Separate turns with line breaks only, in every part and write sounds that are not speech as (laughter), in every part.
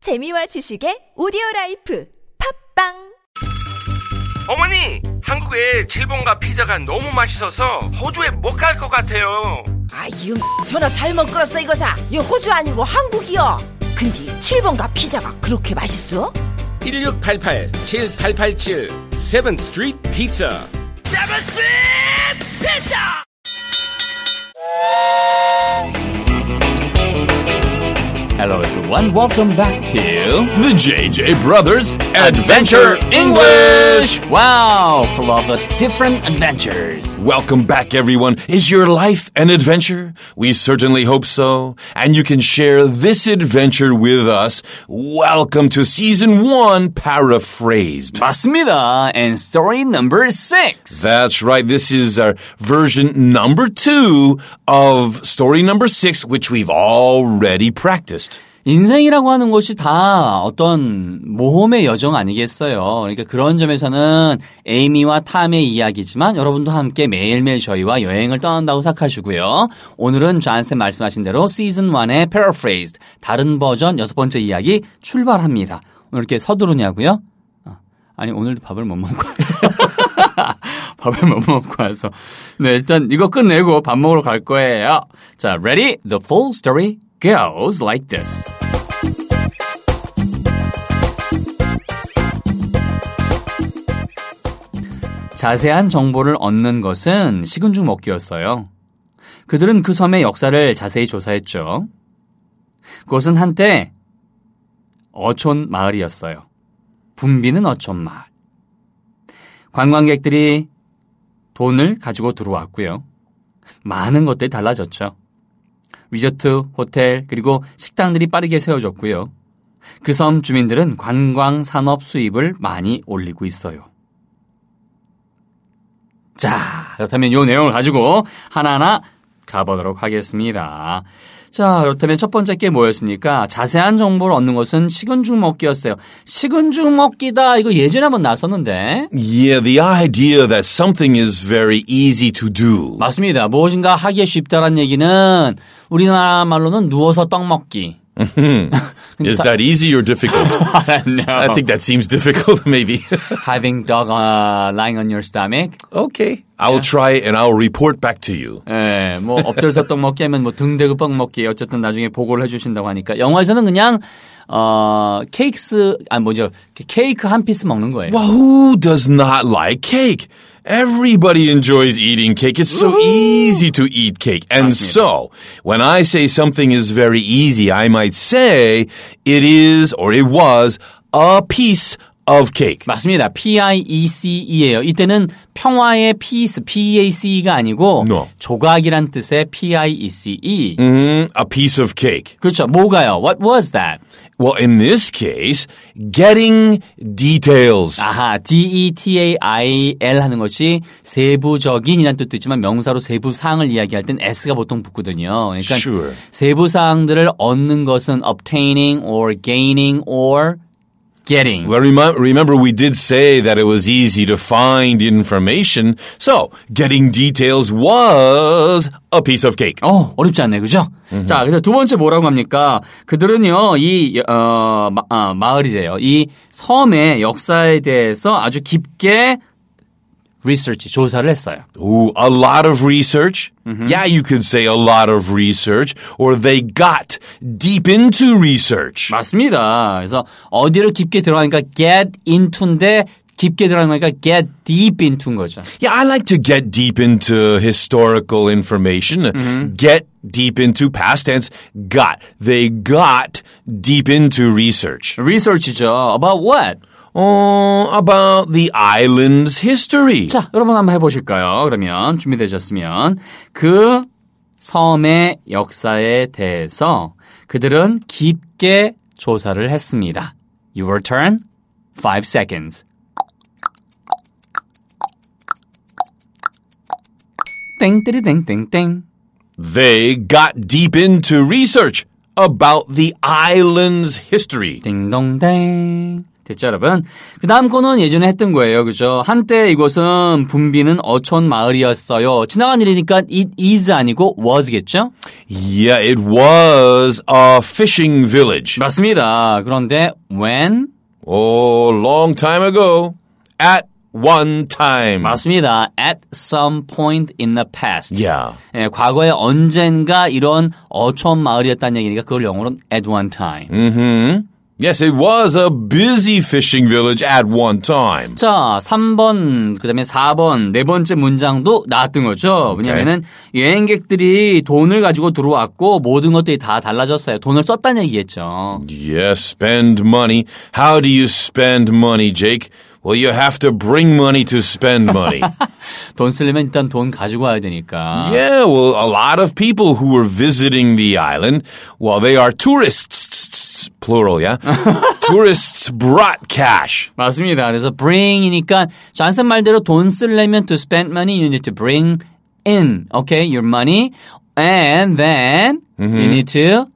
재미와 지식의 오디오 라이프 팝빵!
어머니, 한국에 질본과 피자가 너무 맛있어서 호주에 못 갈 것 같아요.
아, 이거 전화 잘못 끌었어, 이거사. 이 호주 아니고 한국이요. 근데 7번가 피자가 그렇게 맛있어?
1688 7887 7th Street Pizza
Hello, everyone. Welcome back to
The JJ Brothers Adventure English!
Wow, full of uh, different adventures.
Welcome back, everyone. Is your life an adventure? We certainly hope so. And you can share this adventure with us. Welcome to Season 1 Paraphrased.
맞습니다. And story number six.
That's right. This is our version number two of story number six, which we've already practiced.
인생이라고 하는 것이 다 어떤 모험의 여정 아니겠어요. 그러니까 그런 점에서는 에이미와 탐의 이야기지만 여러분도 함께 매일매일 저희와 여행을 떠난다고 생각하시고요. 오늘은 존쌤 말씀하신 대로 시즌 1의 paraphrased 다른 버전 여섯 번째 이야기 출발합니다. 오늘 이렇게 서두르냐고요? 아, 아니 오늘 밥을 못 먹고 (laughs) 밥을 못 먹고 와서 네 일단 이거 끝내고 밥 먹으러 갈 거예요. 자, ready? The full story goes like this. 자세한 정보를 얻는 것은 식은죽 먹기였어요. 그들은 그 섬의 역사를 자세히 조사했죠. 그것은 한때 어촌 마을이었어요. 붐비는 어촌 마을. 관광객들이 돈을 가지고 들어왔고요. 많은 것들이 달라졌죠. 리조트, 호텔, 그리고 식당들이 빠르게 세워졌고요. 그 섬 주민들은 관광 산업 수입을 많이 올리고 있어요. 자, 그렇다면 이 내용을 가지고 하나하나 가보도록 하겠습니다. 자, 그렇다면 첫 번째 게 뭐였습니까? 자세한 정보를 얻는 것은 식은죽 먹기였어요. 식은죽 먹기다. 이거 예전에 한번 나왔었는데.
Yeah, the idea that something is very easy to do.
맞습니다. 무엇인가 하기에 쉽다란 얘기는 우리나라 말로는 누워서 떡 먹기. (laughs)
Is that easy or difficult? I think that seems difficult, (laughs) maybe.
Having dog uh, lying on your stomach.
okay. I'll try and I'll report back to you.
예, 뭐 엎드려서 떡 먹기 하면 뭐 등대고 떡 먹기 어쨌든 나중에 보고를 해주신다고 하니까 영화에서는 그냥 어 케이크스 아 뭐죠 케이크 한 피스 먹는 거예요.
Well, who does not like cake? Everybody enjoys eating cake. It's so easy to eat cake. And so, when I say something is very easy, I might say it is or it was a piece of cake.
맞습니다. P I E C E예요. 이때는 평화의 peace, P A C E가 아니고
No.
조각이란 뜻의 P I E C E.
음. A piece of cake.
그렇죠. 뭐가요? What was that?
Well, in this case, getting details.
아하, E D-E-T-A-I-L 하는 것이 세부적인이라는 뜻도 있지만 명사로 세부 사항을 이야기할 땐 S가 보통 붙거든요. 그러니까
Sure.
세부 사항들을 얻는 것은 obtaining or gaining or getting.
Well, remi- remember, we did say that it was easy to find information, so getting details was a piece of cake.
어, 어렵지 않네, 그죠? 자, 그래서 두 번째 뭐라고 합니까? 그들은요, 이, 어, 마, 을이래요이 섬의 역사에 대해서 아주 깊게 리서치, 조사를 했어요.
Ooh, a lot of research. Yeah, you could say a lot of research, or they got deep into research.
맞습니다. 그래서 어디를 깊게 들어가니까 get into인데 깊게 들어가니까 get deep into인 거죠.
Yeah, I like to get deep into historical information, get deep into past tense, got. They got deep into research.
research죠. about what?
Oh, about the island's history.
자, 여러분 한번 해보실까요? 그러면 준비되셨으면 그 섬의 역사에 대해서 그들은 깊게 조사를 했습니다. Your turn. 5 seconds. 땡땡땡땡땡.
They got deep into research about the island's history.
딩동댕 됐죠, 여러분? 그 다음 거는 예전에 했던 거예요. 그죠? 한때 이곳은 분비는 어촌 마을이었어요. 지나간 일이니까 it is 아니고 was겠죠?
Yeah, it was a fishing village.
맞습니다. 그런데 when?
Oh, long time ago. At one time.
맞습니다. at some point in the past.
Yeah.
예, 과거에 언젠가 이런 어촌 마을이었다는 얘기니까 그걸 영어로는 at one time.
Yes, it was a busy fishing village at one time.
자, 3번, 그 다음에 4번, 네 번째 문장도 나왔던 거죠. 왜냐면은 여행객들이 돈을 가지고 들어왔고 모든 것들이 다 달라졌어요. 돈을 썼다는 얘기겠죠.
Yes, spend money. How do you spend money, Jake? Well, you have to bring money to spend money.
돈 쓰려면 일단 돈 가지고 와야 되니까.
yeah, well, a lot of people who were visiting the island, well, they are tourists,
(laughs)
plural, yeah? tourists brought cash.
맞습니다. 그래서 bring이니까 잔슨 말대로 돈 쓰려면 to spend money, you need to bring in, okay, your money. And then you need to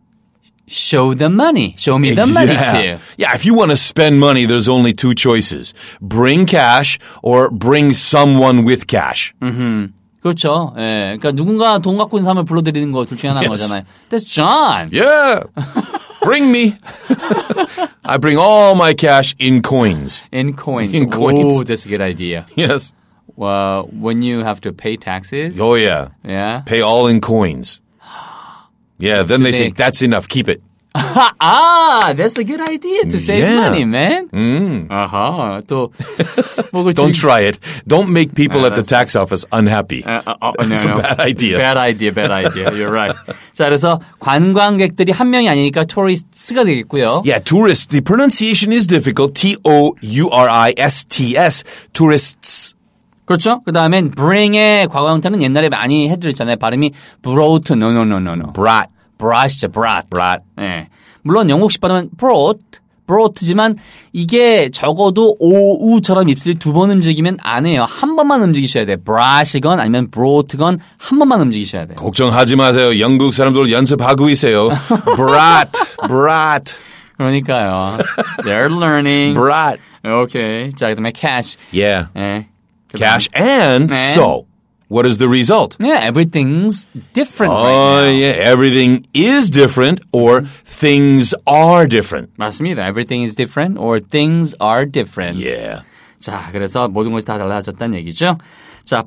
show the money. Show me the money too.
(laughs) Yeah, if you want to spend money, there's only two choices bring cash or bring someone with cash.
Mm. 그렇죠. 예. 그러니까 누군가 돈 갖고 있는 사람을 불러드리는 거 둘 중에 하나인
Yes.
거잖아요. That's John. (laughs)
Yeah, bring me. I bring all my cash in coins.
In coins.
In coins.
Oh, that's a good idea.
Yes.
Well, when you have to pay taxes.
Oh, yeah.
Yeah.
Pay all
(gasps)
in coins. Yeah, then they say,
make-
that's enough, keep it.
Ah, that's a good idea to save
Yeah. Mm.
money, man. 아하.
(laughs)
또 뭐, 그
Don't
즐-
try it. Don't make people at the
that's-
tax office unhappy.
아, 아, 아,
That's
no,
a
no.
bad idea.
Bad idea, bad idea. You're right. 자, 그래서 관광객들이 한 명이 아니니까 tourists,가 되겠고요.
Yeah, tourists. The pronunciation is difficult. T O U R I S T S. Tourists.
그렇죠? 그 다음엔 bring의 과거 형태는 옛날에 많이 해드렸잖아요. 발음이 brought, no, no, no, no, no.
Brat.
brush죠, brought.
Brat.
예. 물론 영국식 발음은 brought, brought지만 이게 적어도 오우처럼 입술이 두 번 움직이면 안 해요. 한 번만 움직이셔야 돼. brush건 아니면 brought건 한 번만 움직이셔야 돼.
걱정하지 마세요. 영국 사람들
(laughs)
연습하고 있어요. Brat. Brat.
그러니까요. They're learning.
Brat.
오케이. 자, 그다음에 cash.
Yeah.
예. 그다음에-
Cash and
And-
so. What is the result?
Yeah, 네, everything's different
Oh,
right now.
yeah. Everything is different or things are different.
맞습니다. Everything is different or things are different.
Yeah.
자, 그래서 모든 것이 다 달라졌다는 얘기죠. 자,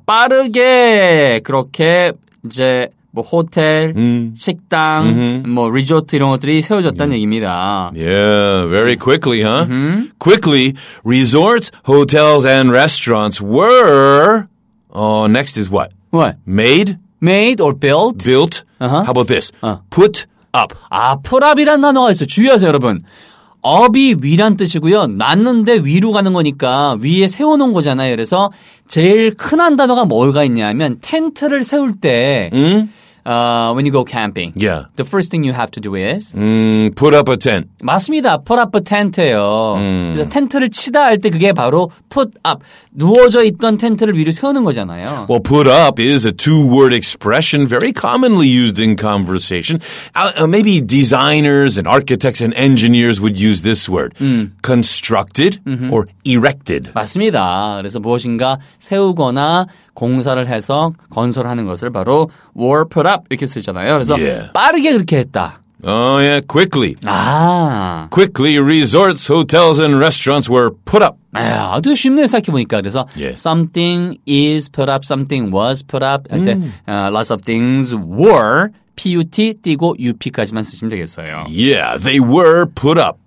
빠르게 그렇게 이제 뭐 호텔, 식당, 뭐 리조트 이런 것들이 세워졌다는
네.
얘기입니다.
Yeah, very quickly, huh? Quickly, resorts, hotels, and restaurants were. Oh, next is what?
What?
Made,
Made or built?
built. How about this? Put up.
아, 풀업이란 단어가 있어요. 주의하세요, 여러분. 업이 위란 뜻이고요. 났는데 위로 가는 거니까 위에 세워놓은 거잖아요. 그래서 제일 흔한 단어가 뭘가 있냐면 텐트를 세울 때 어, when you go camping,
Yeah.
the first thing you have to do is
Mm, put up a tent.
맞습니다. put up a tent예요.
음.
그래서 텐트를 치다 할 때 그게 바로 put up 누워져 있던 텐트를 위로 세우는 거잖아요.
Well, put up is a two word expression very commonly used in conversation. Uh, uh, maybe designers and architects and engineers would use this word constructed or erected.
맞습니다. 그래서 무엇인가 세우거나 공사를 해서 건설하는 것을 바로 war put up 이렇게 쓰잖아요. 그래서
예.
빠르게 그렇게 했다.
Oh, yeah, quickly.
아,
Quickly, resorts, hotels, and restaurants were put up.
에휴, 아주 쉽네요 생각해 보니까 그래서
예.
something is put up, something was put up 할 때
음.
어, lots of things were put 띄고 up까지만 쓰시면
예.
되겠어요.
Yeah, they were put up.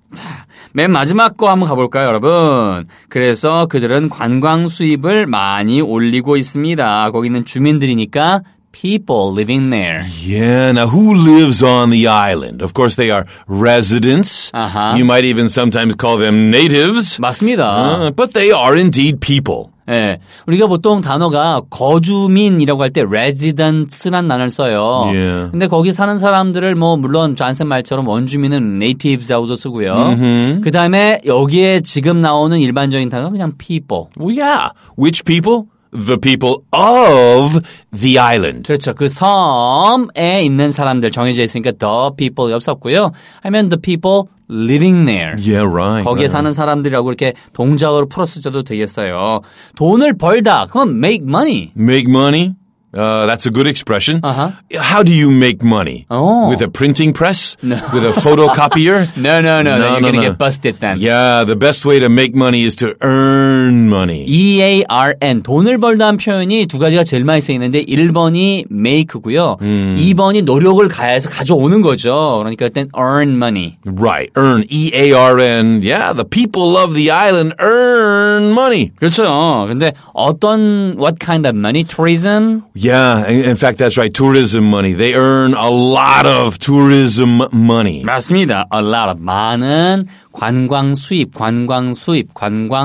맨 마지막 거 한번 가볼까요, 여러분? 그래서 그들은 관광 수입을 많이 올리고 있습니다. 거기는 주민들이니까 people living there.
Yeah, now who lives on the island? Of course, they are residents.
Uh-huh.
You might even sometimes call them natives.
맞습니다.
Uh, but they are indeed people.
예. 우리가 보통 단어가 거주민이라고 할 때 residents란 단어를 써요.
예.
근데 거기 사는 사람들을 뭐 물론 잔슨 말처럼 원주민은 natives라고도 쓰고요. 그다음에 여기에 지금 나오는 일반적인 단어 그냥 people.
Well, yeah. Which people? the people of the island.
그렇죠. 그 섬에 있는 사람들 정해져 있으니까 the people 옆 썼고요. 하면 the people living there.
Yeah, right.
거기에
right,
사는 사람들이라고 이렇게 동작으로 풀어 쓰셔도 되겠어요. 돈을 벌다. 그건 make money.
Make money? Uh, that's a good expression.
Uh-huh.
How do you make money?
Oh.
With a printing press? With a
(laughs)
photocopier?
No, no, no.
네. No,
You're
no, 예.
gonna
no.
get busted then.
Yeah, the best way to make money is to earn money.
E EARN 돈을 벌다는 표현이 두 가지가 제일 많이 쓰이는데 1번이 make고요.
음.
2번이 노력을 가해서 가져오는 거죠. 그러니까 그땐 earn money.
Right, earn. E A R N. Yeah, the people of the island earn money.
그렇죠. 근데 어떤 what kind of money? tourism?
Yeah, in in fact, that's right. Tourism money. They earn a lot of tourism money.
맞습니다. a lot of 많은 관광 수입, 관광 수입,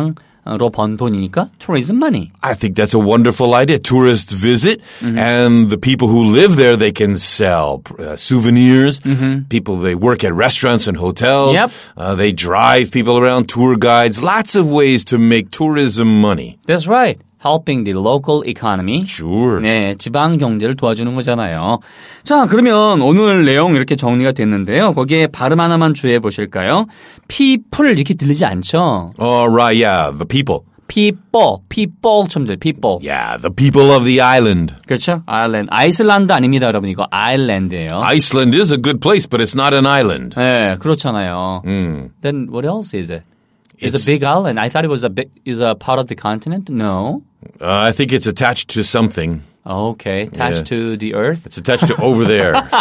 관광으로 번 돈이니까 tourism money.
I think that's a wonderful idea. Tourists visit, and the people who live there they can sell uh, souvenirs. People they work at restaurants and hotels.
Yep.
Uh, they drive people around. Tour guides. Lots of ways to make tourism money.
That's right. helping the local economy.
Sure.
네, 지방 경제를 도와주는 거잖아요. 자, 그러면 오늘 내용 이렇게 정리가 됐는데요. 거기에 발음 하나만 주의해 보실까요? people 이렇게 들리지 않죠?
All right. Yeah, the people.
people, people처럼 들려요. people.
Yeah, the people of the island.
그렇죠? 아일랜드. 아이슬란드 아닙니다, 여러분. 이거 아일랜드예요.
Iceland is a good place, but it's not an island. Uh,
네, 그렇잖아요.
음.
Then what else is it? It's, a big island. I thought it was a big, is a part of the continent. No.
Uh, I think it's attached to something.
Okay, attached to the earth.
It's attached to over there. (laughs)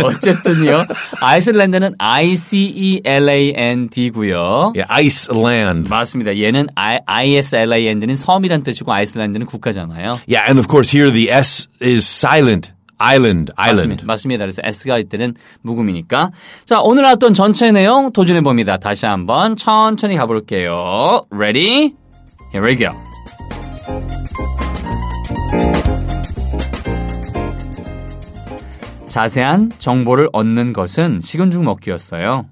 어쨌든요. 아이슬란드는 I C E L A N D고요.
Yeah, Iceland.
맞습니다. 얘는 I, ISLAND는 섬이란 뜻이고 아이슬란드는 국가잖아요.
Yeah, and of course here the S is silent. Island,
맞습니다.
island.
맞습니다. 그래서 S가 이때는 묵음이니까. 자, 오늘 나왔던 전체 내용 도전해 봅니다. 다시 한번 천천히 가볼게요. Ready? Here we go. 자세한 정보를 얻는 것은 식은 죽 먹기였어요.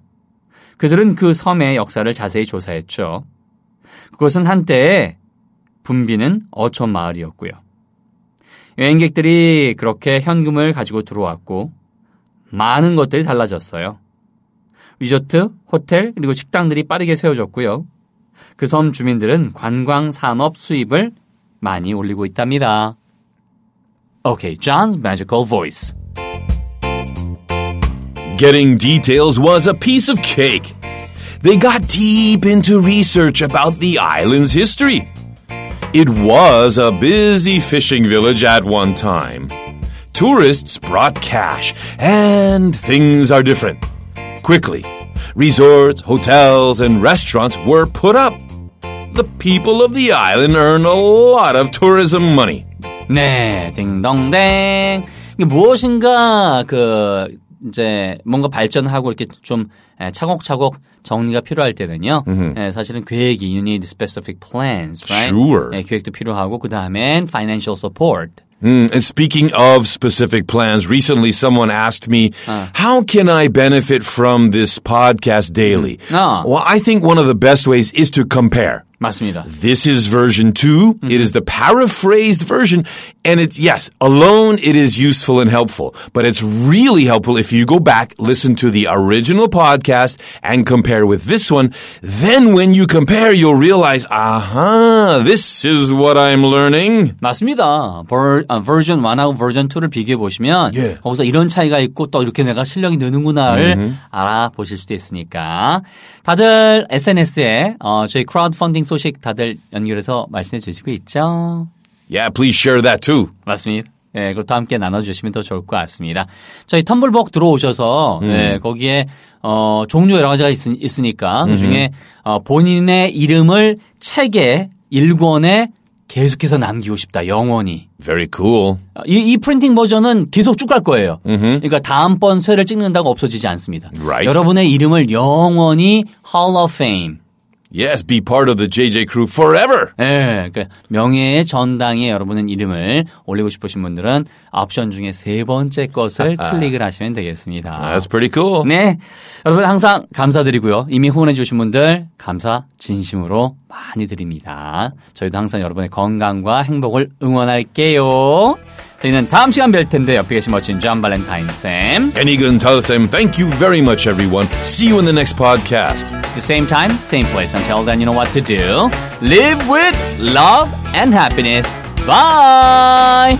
그들은 그 섬의 역사를 자세히 조사했죠. 그것은 한때 분비는 어촌 마을이었고요. 여행객들이 그렇게 현금을 가지고 들어왔고 많은 것들이 달라졌어요. 리조트, 호텔, 그리고 식당들이 빠르게 세워졌고요. 그 섬 주민들은 관광 산업 수입을 많이 올리고 있답니다. Okay, John's magical voice.
Getting details was a piece of cake. They got deep into research about the island's history. It was a busy fishing village at one time. Tourists brought cash, and things are different. Quickly, resorts, hotels, and restaurants were put up. The people of the island earn a lot of tourism money.
네, 딩동댕. 이게 무엇인가 그 이제 뭔가 발전하고 이렇게 좀 에, 차곡차곡 정리가 필요할 때는요. 에, 사실은 계획이 you need specific plans, right?
Sure.
예, 계획도 필요하고 그 다음엔 financial support.
Mm, and speaking of specific plans, recently someone asked me, How can I benefit from this podcast daily?
Ah.
Well, I think one of the best ways is to compare.
맞습니다.
This is version 2 It is the paraphrased version. And it's, yes, alone it is useful and helpful. But it's really helpful if you go back, listen to the original podcast and compare with this one. Then when you compare, you'll realize, aha, this is what I'm learning.
맞습니다. 버, 아, version 1하고 version 2를 비교해 보시면
예.
거기서 이런 차이가 있고 또 이렇게 내가 실력이 느는구나를 알아보실 수도 있으니까 다들 SNS에 어, 저희 크라우드 펀딩 소식 다들 연결해서 말씀해 주시고 있죠.
Yeah, please share that too.
맞습니다. 예, 그것도 함께 나눠주시면 더 좋을 것 같습니다. 저희 텀블벅 들어오셔서, 예, 거기에, 어, 종류 여러 가지가 있, 으니까그 중에, 어, 본인의 이름을 책에, 일권에 계속해서 남기고 싶다. 영원히.
Very cool.
어, 이, 이 프린팅 버전은 계속 쭉 갈 거예요. 그러니까 다음번 쇠를 찍는다고 없어지지 않습니다.
Right.
여러분의 이름을 영원히 Hall of Fame.
Yes, be part of the JJ crew forever.
예, 그러니까 명예의 전당에 여러분은 이름을 올리고 싶으신 분들은 옵션 중에 세 번째 것을 클릭을 하시면 되겠습니다.
That's pretty
(laughs)
cool.
네, 여러분 항상 감사드리고요. 이미 후원해 주신 분들 감사 진심으로 많이 드립니다. 저희도 항상 여러분의 건강과 행복을 응원할게요. 저희는 다음 시간 뵐 텐데 옆에 계신 멋진 존 발렌타인 쌤.
And Egan Talsem, thank you very much, everyone. See you in the next podcast.
The same time, same place. Until then, you know what to do. Live with love and happiness. Bye.